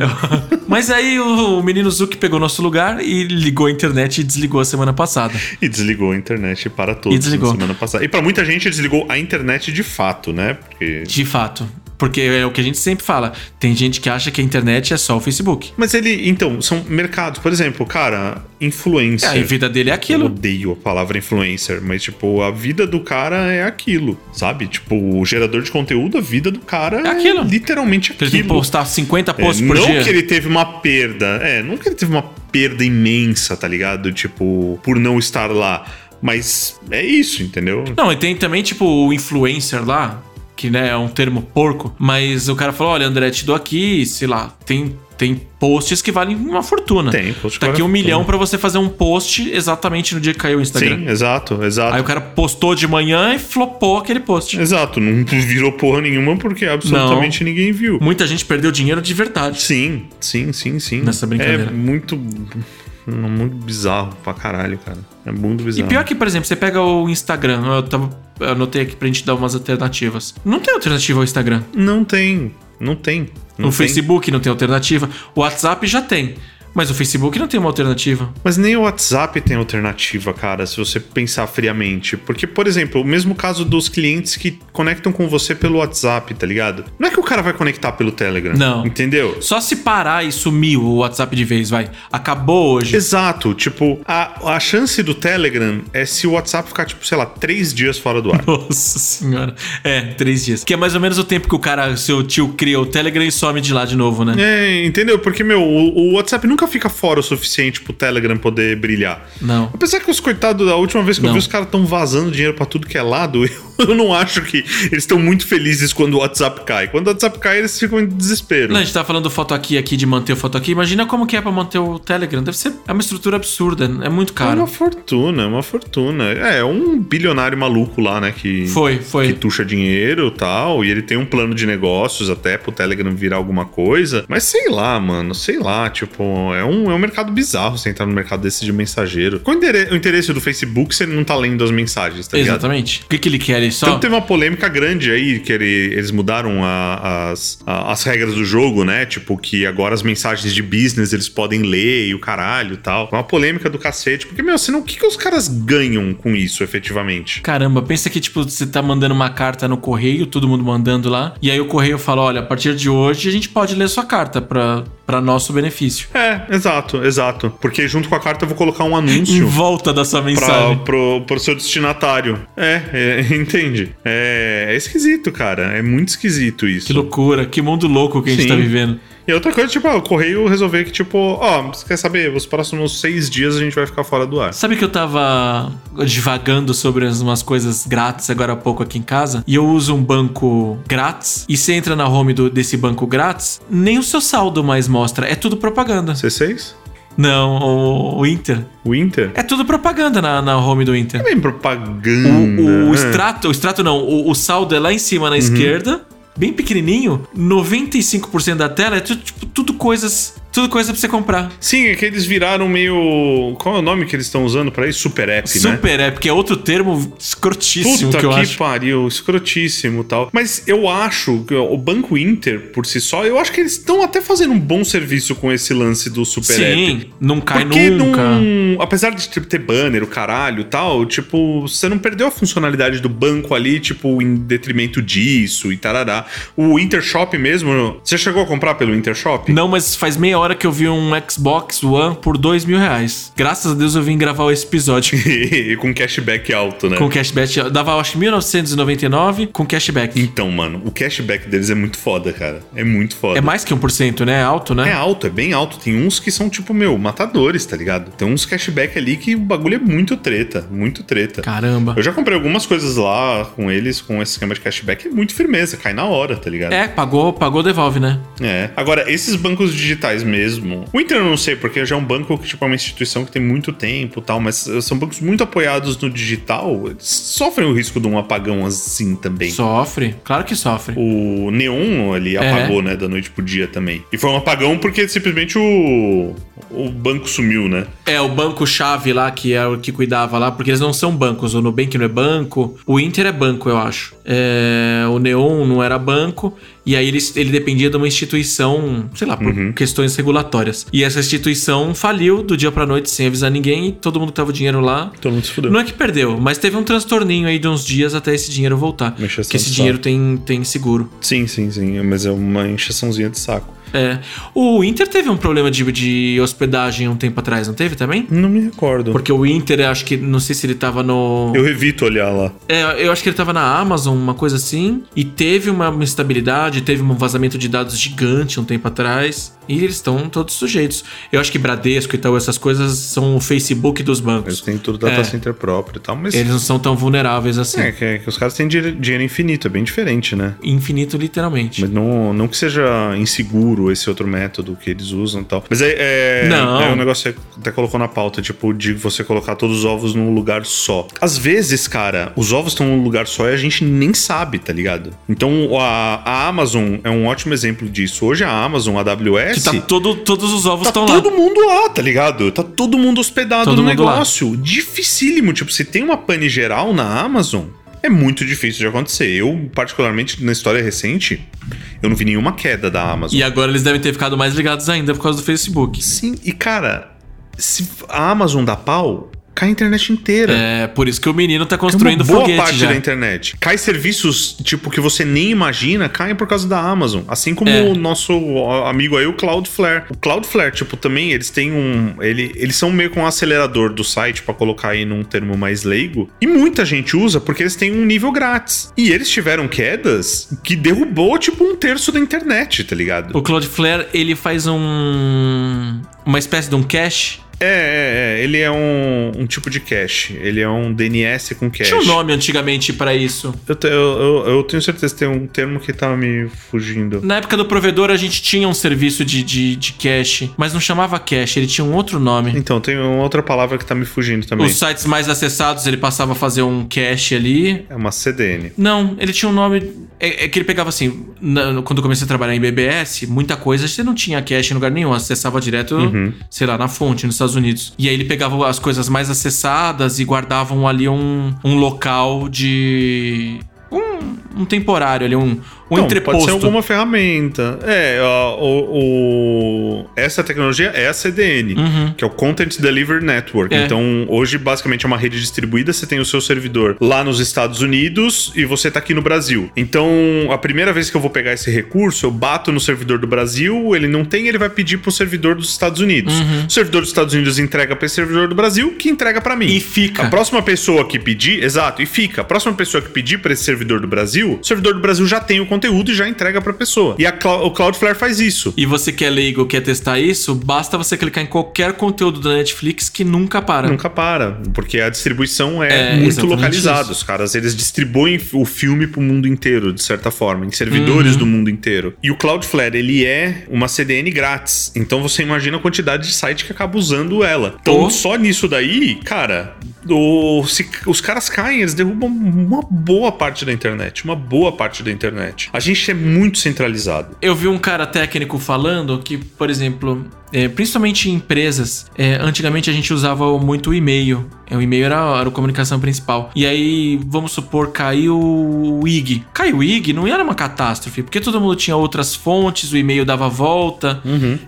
Mas aí o, o menino Zuki pegou nosso lugar e ligou a internet e desligou a semana passada. E desligou a internet para todos E desligou. na semana passada. E pra muita gente desligou a internet de fato, né? Porque. De fato. Porque é o que a gente sempre fala. Tem gente que acha que a internet é só o Facebook. Mas ele, então, são mercados. Por exemplo, cara, influencer. É, a vida dele é Eu aquilo. odeio a palavra influencer, mas, tipo, a vida do cara é aquilo, sabe? Tipo, o gerador de conteúdo, a vida do cara É aquilo. literalmente Ele tem que aquilo. postar 50 É, posts por não dia. que ele teve uma perda, é, não que ele teve uma perda imensa, tá ligado? Tipo, por não estar lá. Mas é isso, entendeu? Não, e tem também, tipo, o influencer lá, que né, é um termo porco, mas o cara falou: olha, André, te dou aqui, sei lá, tem, tem posts que valem uma fortuna. Tem, post Tá aqui agora- um milhão pra você fazer um post exatamente no dia que caiu o Instagram. Sim, exato, exato. Aí o cara postou de manhã e flopou aquele post. Exato, não virou porra nenhuma porque absolutamente ninguém viu. Muita gente perdeu dinheiro de verdade. É. Sim, sim, sim, sim. Nessa brincadeira. É muito. Muito bizarro pra caralho, cara. É muito E bizarro. pior que, por exemplo, você pega o Instagram, eu tava. Eu anotei aqui pra gente dar umas alternativas. Não tem alternativa ao Instagram. Não tem. Não tem. Não o tem. Facebook não tem alternativa. O WhatsApp já tem. Mas o Facebook não tem uma alternativa. Mas nem o WhatsApp tem alternativa, cara, se você pensar friamente. Porque, por exemplo, o mesmo caso dos clientes que conectam com você pelo WhatsApp, tá ligado? Não é que o cara vai conectar pelo Telegram. Não. Entendeu? Só se parar e sumir o WhatsApp de vez, vai. Acabou hoje. Exato, tipo, a, a chance do Telegram é se o WhatsApp ficar, tipo, sei lá, três dias fora do ar. <laughs> Nossa senhora. É, três dias. Que é mais ou menos o tempo que o cara, seu tio, cria o Telegram e some de lá de novo, né? É, entendeu? Porque, meu, o, o WhatsApp nunca fica fora o suficiente pro Telegram poder brilhar. Não. Apesar que os coitados, da última vez que eu Não. vi, os caras tão vazando dinheiro pra tudo que é lado, <laughs> eu eu não acho que eles estão muito felizes quando o WhatsApp cai. Quando o WhatsApp cai, eles ficam em desespero. É Não, a gente tá falando do foto aqui, aqui, de manter o foto aqui. Imagina como que é pra manter o Telegram. Deve ser. É uma estrutura absurda. É muito É uma caro. fortuna, é uma fortuna. É, um bilionário maluco lá, né? Que, Foi, foi. que tuxa dinheiro e tal. E ele tem um plano de negócios até pro Telegram virar alguma coisa. Mas sei lá, mano, sei lá. Tipo, é um, é um mercado bizarro você entrar no mercado desse de mensageiro. Qual o intere- o interesse do Facebook se ele não tá lendo as mensagens, tá ligado? Exatamente. O que, que ele quer? Ele Então só. teve uma polêmica grande aí, que ele- eles mudaram a- as, a- as regras do jogo, né? Tipo, que agora as mensagens de business eles podem ler e o caralho e tal. Uma polêmica do cacete, porque, meu, senão o que, que os caras ganham com isso, efetivamente? Caramba, pensa que, tipo, você tá mandando uma carta no correio, todo mundo mandando lá, e aí o correio fala: olha, a partir de hoje a gente pode ler sua carta pra, pra nosso benefício. É, exato, exato. Porque junto com a carta eu vou colocar um Em anúncio. volta da sua Pra, mensagem. pro, pro seu destinatário. É, <laughs> é, entende? É, é esquisito, cara. É muito esquisito isso. Que loucura, que mundo louco que a gente Sim. tá vivendo. E outra coisa, tipo, ah, o correio resolver que, tipo, ó, você quer saber? Os próximos seis dias a gente vai ficar fora do ar. Sabe que eu tava divagando sobre as- umas coisas grátis agora há pouco aqui em casa? E eu uso um banco grátis. E você entra na home do- desse banco grátis, nem o seu saldo mais mostra. É tudo propaganda. C6? Não, o, o Inter. O Inter? É tudo propaganda na, na home do Inter. É bem propaganda. O, o né? extrato, o extrato não, o, o saldo é lá em cima Uhum. na esquerda, bem pequenininho. 95% da tela é tudo, tipo, tudo coisas, tudo coisa pra você comprar. Sim, é que eles viraram meio. Qual é o nome que eles estão usando pra isso? Super app, né? Super é porque é outro termo escrotíssimo Puta que eu que, acho. pariu, escrotíssimo e tal. Mas eu acho que o Banco Inter, por si só, eu acho que eles estão até fazendo um bom serviço com esse lance do Super Sim, App. não cai Porque nunca. não. Apesar de tipo, ter banner, o caralho e tal, tipo, você não perdeu a funcionalidade do banco ali, tipo, em detrimento disso e tarará. O Intershop mesmo, você chegou a comprar pelo Intershop? Não, mas faz meia hora que eu vi um Xbox One por dois mil reais. Graças a Deus eu vim gravar esse <laughs> episódio. <laughs> e com cashback alto, né? Com cashback, eu dava acho que 1999 com cashback. Então, mano, o cashback deles é muito foda, cara. É muito foda. É mais que 1%, né? É alto, É né? alto, é bem alto. Tem uns que são, tipo, meu, matadores, tá ligado? Tem uns cashback ali que o bagulho é muito treta, muito treta. Caramba. Eu já comprei algumas coisas lá com eles, com esse esquema de cashback, é muito firmeza, cai na hora, tá ligado? É, pagou, pagou, devolve, né? É. Agora, esses bancos digitais mesmo. O Inter eu não sei, porque já é um banco que, tipo, é uma instituição que tem muito tempo e tal, mas eh, são bancos muito apoiados no digital. Eles sofrem o risco de um apagão assim também. Sofre, claro que sofre. O Neon ele apagou, né, da noite pro dia também. E foi um apagão porque simplesmente o, o banco sumiu, né? É, o banco-chave lá, que é o que cuidava lá, porque eles não são bancos. O Nubank não é banco, o Inter é banco, eu acho. É, o Neon não era banco, e aí ele, ele dependia de uma instituição, sei lá, por questões regulatórias. E essa instituição faliu do dia pra noite sem avisar ninguém, e todo mundo que tava o dinheiro lá. Todo mundo se fudeu. Não é que perdeu, mas teve um transtorninho aí de uns dias até esse dinheiro voltar. Mexeu Porque esse tanto dinheiro tem, tem seguro. é- Sim, sim, sim. Mas é uma encheçãozinha de saco. É. O Inter teve um problema de, de hospedagem um tempo atrás, não teve também? Não me recordo. Porque o Inter, acho que, não sei se ele tava no. Eu evito olhar lá. É, eu acho que ele tava na Amazon, uma coisa assim. E teve uma instabilidade, teve um vazamento de dados gigante um tempo atrás. E eles estão todos sujeitos. Eu acho que Bradesco e tal, essas coisas são o Facebook dos Eles bancos. têm tudo data É. center próprio e tal, mas. Eles não são tão vulneráveis assim. É, que, que os caras têm dinhe- dinheiro infinito, é bem diferente, né? Infinito, literalmente. Mas não, não que seja inseguro esse outro método que eles usam e tal. Mas é. é Não. É um negócio que você até colocou na pauta, tipo, de você colocar todos os ovos num lugar só. Às vezes, cara, os ovos estão num lugar só e a gente nem sabe, tá ligado? Então a, a Amazon é um ótimo exemplo disso. Hoje a Amazon, a Que AWS. tá todo, todos os ovos Tá estão lá. todo mundo lá, tá ligado? Tá todo mundo hospedado Todo no mundo lá. negócio. Dificílimo. Tipo, se tem uma pane geral na Amazon, é muito difícil de acontecer. Eu, particularmente, na história recente, eu não vi nenhuma queda da Amazon. E agora eles devem ter ficado mais ligados ainda por causa do Facebook. Sim, e cara, se a Amazon dá pau, cai a internet inteira. É, por isso que o menino tá Uma construindo boa foguete parte já. da internet. Cai serviços, tipo, que você nem imagina, caem por causa da Amazon. Assim como É. o nosso amigo aí, o Cloudflare. O Cloudflare, tipo, também eles têm um... Ele, eles são meio com um acelerador do site, pra colocar aí num termo mais leigo. E muita gente usa porque eles têm um nível grátis. E eles tiveram quedas que derrubou, tipo, um terço da internet, tá ligado? O Cloudflare, ele faz um. Uma espécie de um cache É, é, é. Ele é um, um tipo de cache. Ele é um DNS com cache. Tinha um nome antigamente pra isso. Eu, te- eu- eu- eu tenho certeza que tem um termo que tava me fugindo. Na época do provedor, a gente tinha um serviço de, de, de cache, mas não chamava cache, ele tinha um outro nome. Então, tem uma outra palavra que tá me fugindo também. Os sites mais acessados, ele passava a fazer um cache ali. É uma CDN. Não, ele tinha um nome. É, é que ele pegava assim. na- quando eu comecei a trabalhar em BBS, muita coisa você não tinha cache em lugar nenhum. Acessava direto, Uhum. sei lá, na fonte, nos Estados Unidos. E aí ele pegava as coisas mais acessadas e guardavam ali um, um local de. Um, um temporário ali, um, um Então, entreposto. Pode ser alguma ferramenta. É, ó, o, o- essa tecnologia é a CDN, que é o Content Delivery Network. Uhum. É. Então, hoje, basicamente, é uma rede distribuída. Você tem o seu servidor lá nos Estados Unidos e você tá aqui no Brasil. Então, a primeira vez que eu vou pegar esse recurso, eu bato no servidor do Brasil, ele não tem, ele vai pedir pro servidor dos Estados Unidos. Uhum. O servidor dos Estados Unidos entrega para esse servidor do Brasil, que entrega para mim. E fica. A próxima pessoa que pedir, exato, e fica. A próxima pessoa que pedir para esse servidor do Brasil, o servidor do Brasil já tem o conteúdo e já entrega para pessoa. E a Clou- o Cloudflare faz isso. E você que é leigo, quer testar isso, basta você clicar em qualquer conteúdo da Netflix que nunca para. Nunca para, porque a distribuição É, é, muito exatamente localizada. isso. Os caras, eles distribuem o filme pro mundo inteiro, de certa forma, em Uhum. servidores do mundo inteiro. E o Cloudflare, ele é uma CDN grátis. Então você imagina a quantidade de site que acaba usando ela. Então Oh. só nisso daí, cara, o- se- os caras caem, eles derrubam uma boa parte da internet. Uma boa parte da internet. A gente é muito centralizado. Eu vi um cara técnico falando que, por exemplo, é, principalmente em empresas, é, antigamente a gente usava muito o e-mail. É, O e-mail era, era a comunicação principal. E aí, vamos supor, caiu o IG. Caiu o IG não era uma catástrofe, porque todo mundo tinha outras fontes, o e-mail dava volta,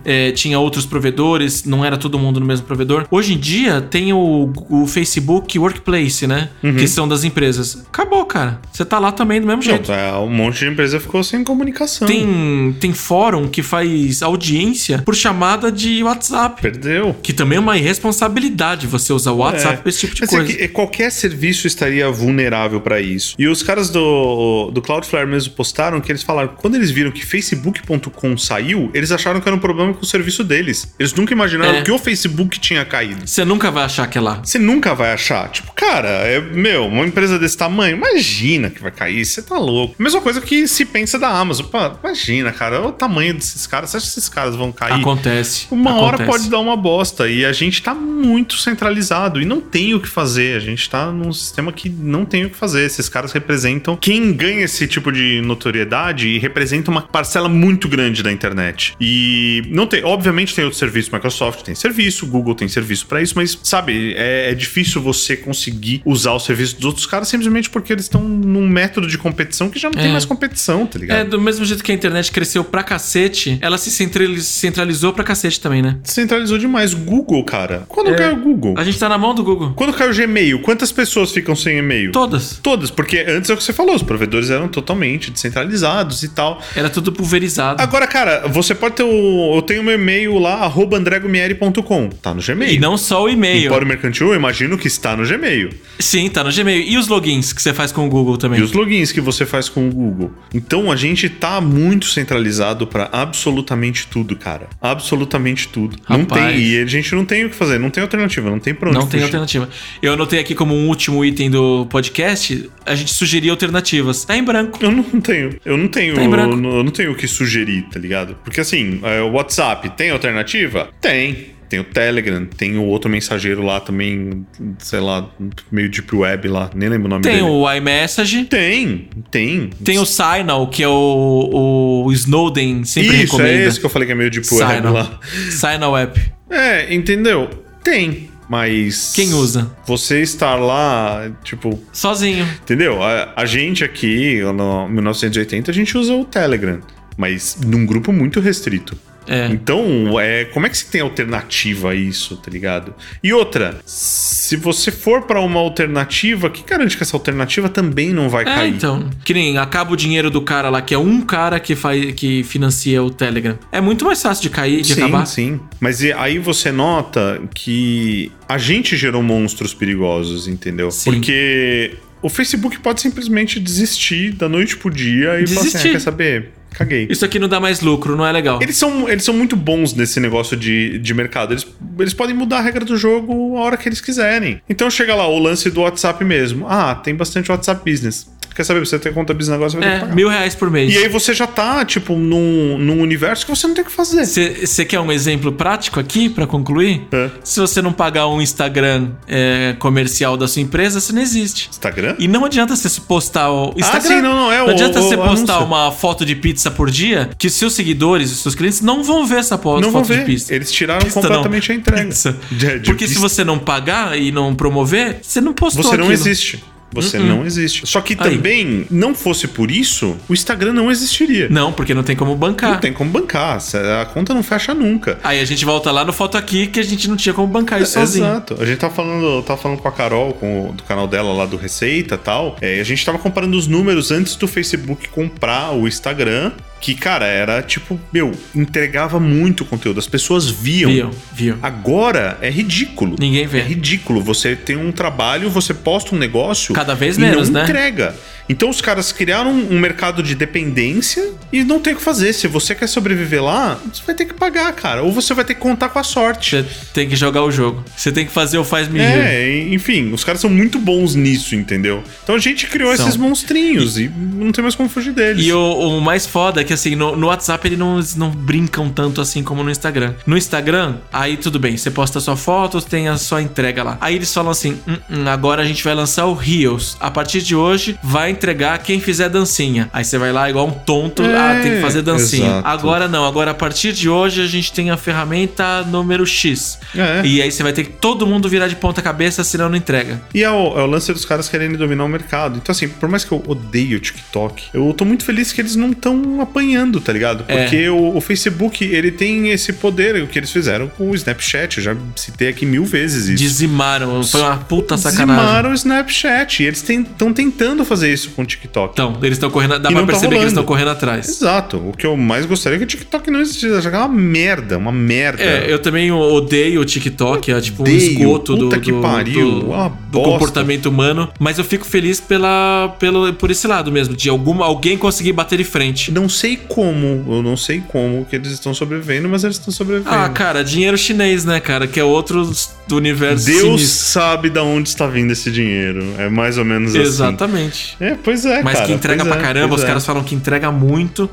é, tinha outros provedores, não era todo mundo no mesmo provedor. Hoje em dia tem o, o Facebook Workplace, né? Que são das empresas. Acabou, cara. Você tá lá também do mesmo Não, jeito. tá, um monte de empresa ficou sem comunicação. Hum. Tem, tem fórum que faz audiência por chamada de WhatsApp. Perdeu. Que também é uma irresponsabilidade você usar o WhatsApp É. pra esse tipo de Mas coisa. É que qualquer serviço estaria vulnerável para isso. E os caras do, do Cloudflare mesmo postaram que eles falaram que quando eles viram que facebook.com saiu, eles acharam que era um problema com o serviço deles. Eles nunca imaginaram É. que o Facebook tinha caído. Você nunca vai achar que é lá. Você nunca vai achar. Tipo, cara, é, meu, uma empresa desse tamanho, imagina que vai cair, você tá louco. Mesma coisa que se pensa da Amazon. Pô, imagina, cara, olha o tamanho desses caras. Você acha que esses caras vão cair? Acontece. Uma hora acontece. pode dar uma bosta e a gente tá muito centralizado e não tem o que fazer. A gente tá num sistema que não tem o que fazer. Esses caras representam quem ganha esse tipo de notoriedade e representa uma parcela muito grande da internet. E não tem, obviamente tem outro serviço, Microsoft tem serviço, Google tem serviço pra isso, mas sabe, é, é difícil você conseguir usar o serviço dos outros caras simplesmente porque eles estão num método de competição que já não tem É. mais competição, tá ligado? É, do mesmo jeito que a internet cresceu pra cacete, ela se centrali- centralizou pra cacete também, né? Centralizou demais. Google, cara. Quando É. caiu o Google? A gente tá na mão do Google. Quando cai o Gmail, quantas pessoas ficam sem e-mail? Todas. Todas, porque antes é o que você falou, os provedores eram totalmente descentralizados e tal. Era tudo pulverizado. Agora, cara, você pode ter o. Eu tenho meu e-mail lá, arroba andregomieri.com. Tá no Gmail. E não só o e-mail. Empório Mercantil, eu imagino que está no Gmail. Sim, tá no Gmail. E os logins que você faz com o Google também. E os logins que você faz com o Google. Então a gente tá muito centralizado pra absolutamente tudo, cara. Absolutamente tudo. Não Rapaz. tem. E a gente não tem o que fazer, não tem alternativa, não tem pra onde Não tem fugir. alternativa. Eu anotei aqui como um último item do podcast, a gente sugeria alternativas. Tá em branco. Eu não tenho. Eu não tenho. Tá em branco. eu não- eu não tenho o que sugerir, tá ligado? Porque assim, é, o WhatsApp tem alternativa? Tem. Tem o Telegram, tem o outro mensageiro lá também, sei lá, meio deep web lá, nem lembro o nome Tem dele. o iMessage, Tem, tem. tem o Signal, que é o, o Snowden sempre Isso, recomenda. é esse que eu falei que é meio deep web lá. Signal. Signal App. É, entendeu? Tem, mas. Quem usa? Você estar lá, tipo, Sozinho. Entendeu? A, a gente aqui, no 1980, a gente usa o Telegram, mas num grupo muito restrito. É. Então, é, como é que você tem alternativa a isso, tá ligado? E outra, se você for pra uma alternativa, que garante que essa alternativa também não vai É, cair? então. Que nem acaba o dinheiro do cara lá, que é um cara que, faz, que financia o Telegram. É muito mais fácil de cair, de sim, acabar. sim. Mas e- aí você nota que a gente gerou monstros perigosos, entendeu? Sim. Porque O Facebook pode simplesmente desistir da noite pro dia e falar assim, Desistir. ah, quer saber? Caguei. Isso aqui não dá mais lucro, não é legal. Eles são, eles são muito bons nesse negócio de, de mercado. Eles, eles podem mudar a regra do jogo a hora que eles quiserem. Então chega lá, o lance do WhatsApp mesmo. Ah, tem bastante WhatsApp Business. Quer saber? Você tem conta business agora, você vai ter que É, pagar. mil reais por mês. E aí você já tá, tipo, num, num universo que você não tem o que fazer. Você quer um exemplo prático aqui pra concluir? É. Se você não pagar um Instagram é, comercial da sua empresa, você não existe. Instagram? E não adianta você se postar o Instagram. sim, não, não, é o- adianta o- você o postar anúncio. uma foto de pizza por dia, que seus seguidores, os seus clientes não vão ver essa po- não vão foto de ver. pizza. Eles tiraram Pista não. completamente a entrega. Pizza. <laughs> De- de Porque se pista. você não pagar e não promover, você não postou Você não aquilo. Uhum. existe. Você não existe. Só que Aí. também, não fosse por isso, o Instagram não existiria. Não, porque não tem como bancar. Não tem como bancar. A conta não fecha nunca. Aí a gente volta lá no foto aqui que a gente não tinha como bancar isso sozinho. É, Exato. A gente tava falando, tava falando com a Carol, com o- do canal dela lá do Receita e tal. É, a gente tava comparando os números antes do Facebook comprar o Instagram. Que, cara, era tipo, meu, entregava muito conteúdo. As pessoas viam. Viu, viu. Agora é ridículo. Ninguém vê. É ridículo. Você tem um trabalho, você posta um negócio. Cada vez e menos, não né? entrega. Então os caras criaram um mercado de dependência e não tem o que fazer. Se você quer sobreviver lá, você vai ter que pagar, cara. Ou você vai ter que contar com a sorte. Você tem que jogar o jogo. Você tem que fazer o faz-me rir. É, enfim, os caras são muito bons nisso, entendeu? Então a gente criou São. esses monstrinhos e não tem mais como fugir deles. E o, o mais foda é que, assim, no, no WhatsApp eles não, eles não brincam tanto assim como no Instagram. No Instagram, aí tudo bem, você posta sua foto, tem a sua entrega lá. Aí eles falam assim: "Hum, hum, agora a gente vai lançar o Reels. A partir de hoje, vai entregar quem fizer dancinha. Aí você vai lá igual um tonto, É, ah, tem que fazer dancinha. exato. Agora não, agora a partir de hoje a gente tem a ferramenta número X. É. E aí você vai ter que todo mundo virar de ponta cabeça, senão não entrega. E é o, é o lance dos caras querendo dominar o mercado. Então, assim, por mais que eu odeie o TikTok, eu tô muito feliz que eles não estão apanhando, tá ligado? É. Porque o, o Facebook, ele tem esse poder, o que eles fizeram com o Snapchat. Eu já citei aqui mil vezes isso. Dizimaram, foi uma puta sacanagem. Dizimaram o Snapchat. E eles estão tentando fazer isso com o TikTok. Então, eles estão correndo. Dá E pra não tá perceber que eles rolando. estão correndo atrás. Exato. O que eu mais gostaria é que o TikTok não existisse. Já que é uma merda, uma merda. É, eu também odeio o TikTok, é tipo um Odeio, esgoto do, puta que do- pariu, é do- uma do bosta. comportamento humano, mas eu fico feliz pela, pelo, por esse lado mesmo, de alguma, alguém conseguir bater de frente. Não sei como, eu não sei como que eles estão sobrevivendo, mas eles estão sobrevivendo. Ah, cara, dinheiro chinês, né, cara? Que é outro do universo Deus sinistro. sabe da onde está vindo esse dinheiro. É mais ou menos assim. Exatamente. É, pois é, Mas cara. que entrega pois pra é, caramba, pois os é. caras falam que entrega muito.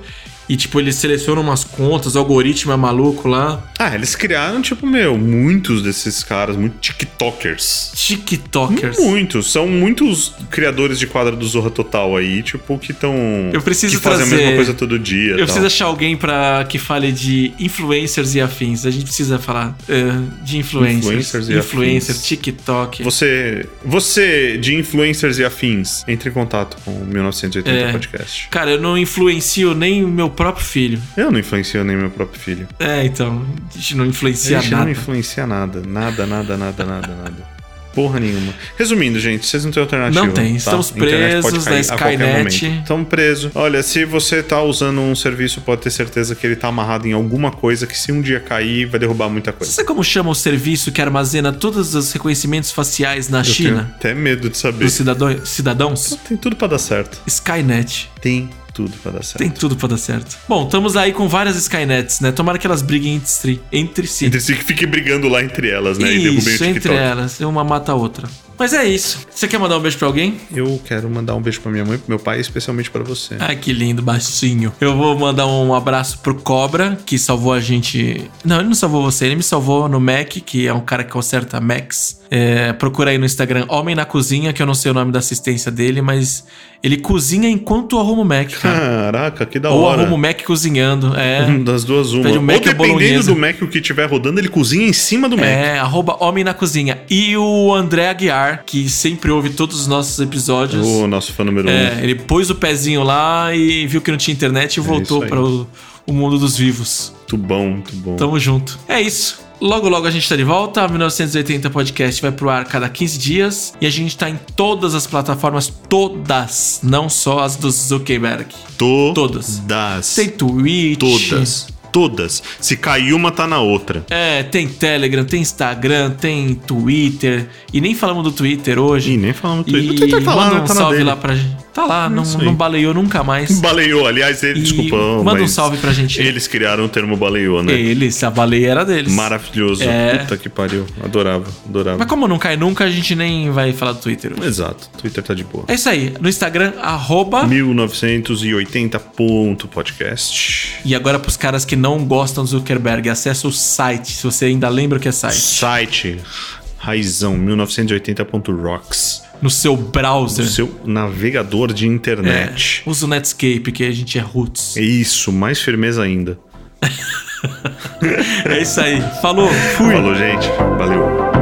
E, tipo, eles selecionam umas contas, o algoritmo é maluco lá. Ah, eles criaram, tipo, meu, muitos desses caras, muito TikTokers. TikTokers. Muitos. São muitos criadores de quadra do Zorra Total aí, tipo, que estão. Eu preciso que fazem a trazer- mesma coisa todo dia. Eu tal. preciso achar alguém para que fale de influencers e afins. A gente precisa falar eh, de influencers. Influencers e Influencer, afins. TikTok. Você, você, de influencers e afins, entre em contato com o 1980 É. Podcast. Cara, eu não influencio nem o meu próprio filho. Eu não influencio nem meu próprio filho. É, então, a gente não Ele influencia não é nada. influencia nada. Nada, nada, nada, nada, nada. Porra nenhuma. Resumindo, gente, vocês não têm alternativa. Não tem, estamos A internet pode presos cair na a qualquer Skynet. momento. Estamos presos. Olha, se você tá usando um serviço, pode ter certeza que ele tá amarrado em alguma coisa que se um dia cair, vai derrubar muita Você coisa. sabe como chama o serviço que armazena todos os reconhecimentos faciais na Eu tenho China? até medo de saber. Dos cidadão- cidadãos? Tem tudo pra dar certo. Skynet. Tem tudo pra dar certo. Tem tudo pra dar certo. Bom, estamos aí com várias Skynets, né? Tomara que elas briguem entre si. Entre si. Entre si que fique brigando lá entre elas, né? e derrubem o Isso, entre TikTok. elas. Uma mata a outra. Mas é isso. Você quer mandar um beijo pra alguém? Eu quero mandar um beijo pra minha mãe e pro meu pai, especialmente pra você. Ai, que lindo, baixinho. Eu vou mandar um abraço pro Cobra, que salvou a gente. Não, ele não salvou você, ele me salvou no Mac, que é um cara que conserta Macs. É, procura aí no Instagram Homem na Cozinha, que eu não sei o nome da assistência dele, mas ele cozinha enquanto arruma o <laughs> Mac, cara. Caraca, que da tá. Ou hora. arruma o Mac cozinhando. <laughs> É. Hum, Das duas, uma. Pede um Ou Mac ou dependendo bolonhesa. do Mac o que estiver rodando, ele cozinha em cima do Mac. É, arroba Homem na Cozinha. E o André Aguiar, que sempre ouve todos os nossos episódios. O nosso fã número um. É, ele pôs o pezinho lá e viu que não tinha internet e voltou É isso aí. para o, o mundo dos vivos. um. Muito bom, muito bom. Tamo junto. É isso. Logo, logo a gente tá de volta. 1980 Podcast vai pro ar cada 15 dias. E a gente tá em todas as plataformas, todas, não só as do Zuckerberg. To- todas. Das. Tem Twitch. Todas. todas. Se cair uma, tá na outra. É, tem Telegram, tem Instagram, tem Twitter. E nem falamos do Twitter hoje. Ih, nem falamos do E Twitter. O Twitter tá lá, manda né? um Tá na salve dele. É lá pra gente. Tá lá, não, isso aí. não baleou nunca mais. Baleou, aliás, ele, E desculpa. manda um mas salve pra gente. Eles criaram o termo baleou, né? Eles, a baleia era deles. Maravilhoso. É. Puta que pariu. Adorava, adorava. Mas como não cai nunca, a gente nem vai falar do Twitter. hoje. Exato. Twitter tá de boa. É isso aí. No Instagram, arroba. 1980.podcast. E agora, pros caras que não gostam do Zuckerberg, acessa o site, se você ainda lembra o que é site. Site raizão 1980.rocks. No seu browser. Seu navegador de internet. Usa o Netscape, que a gente é roots. É isso, mais firmeza ainda. É isso aí. Falou, fui. Falou, gente. Valeu.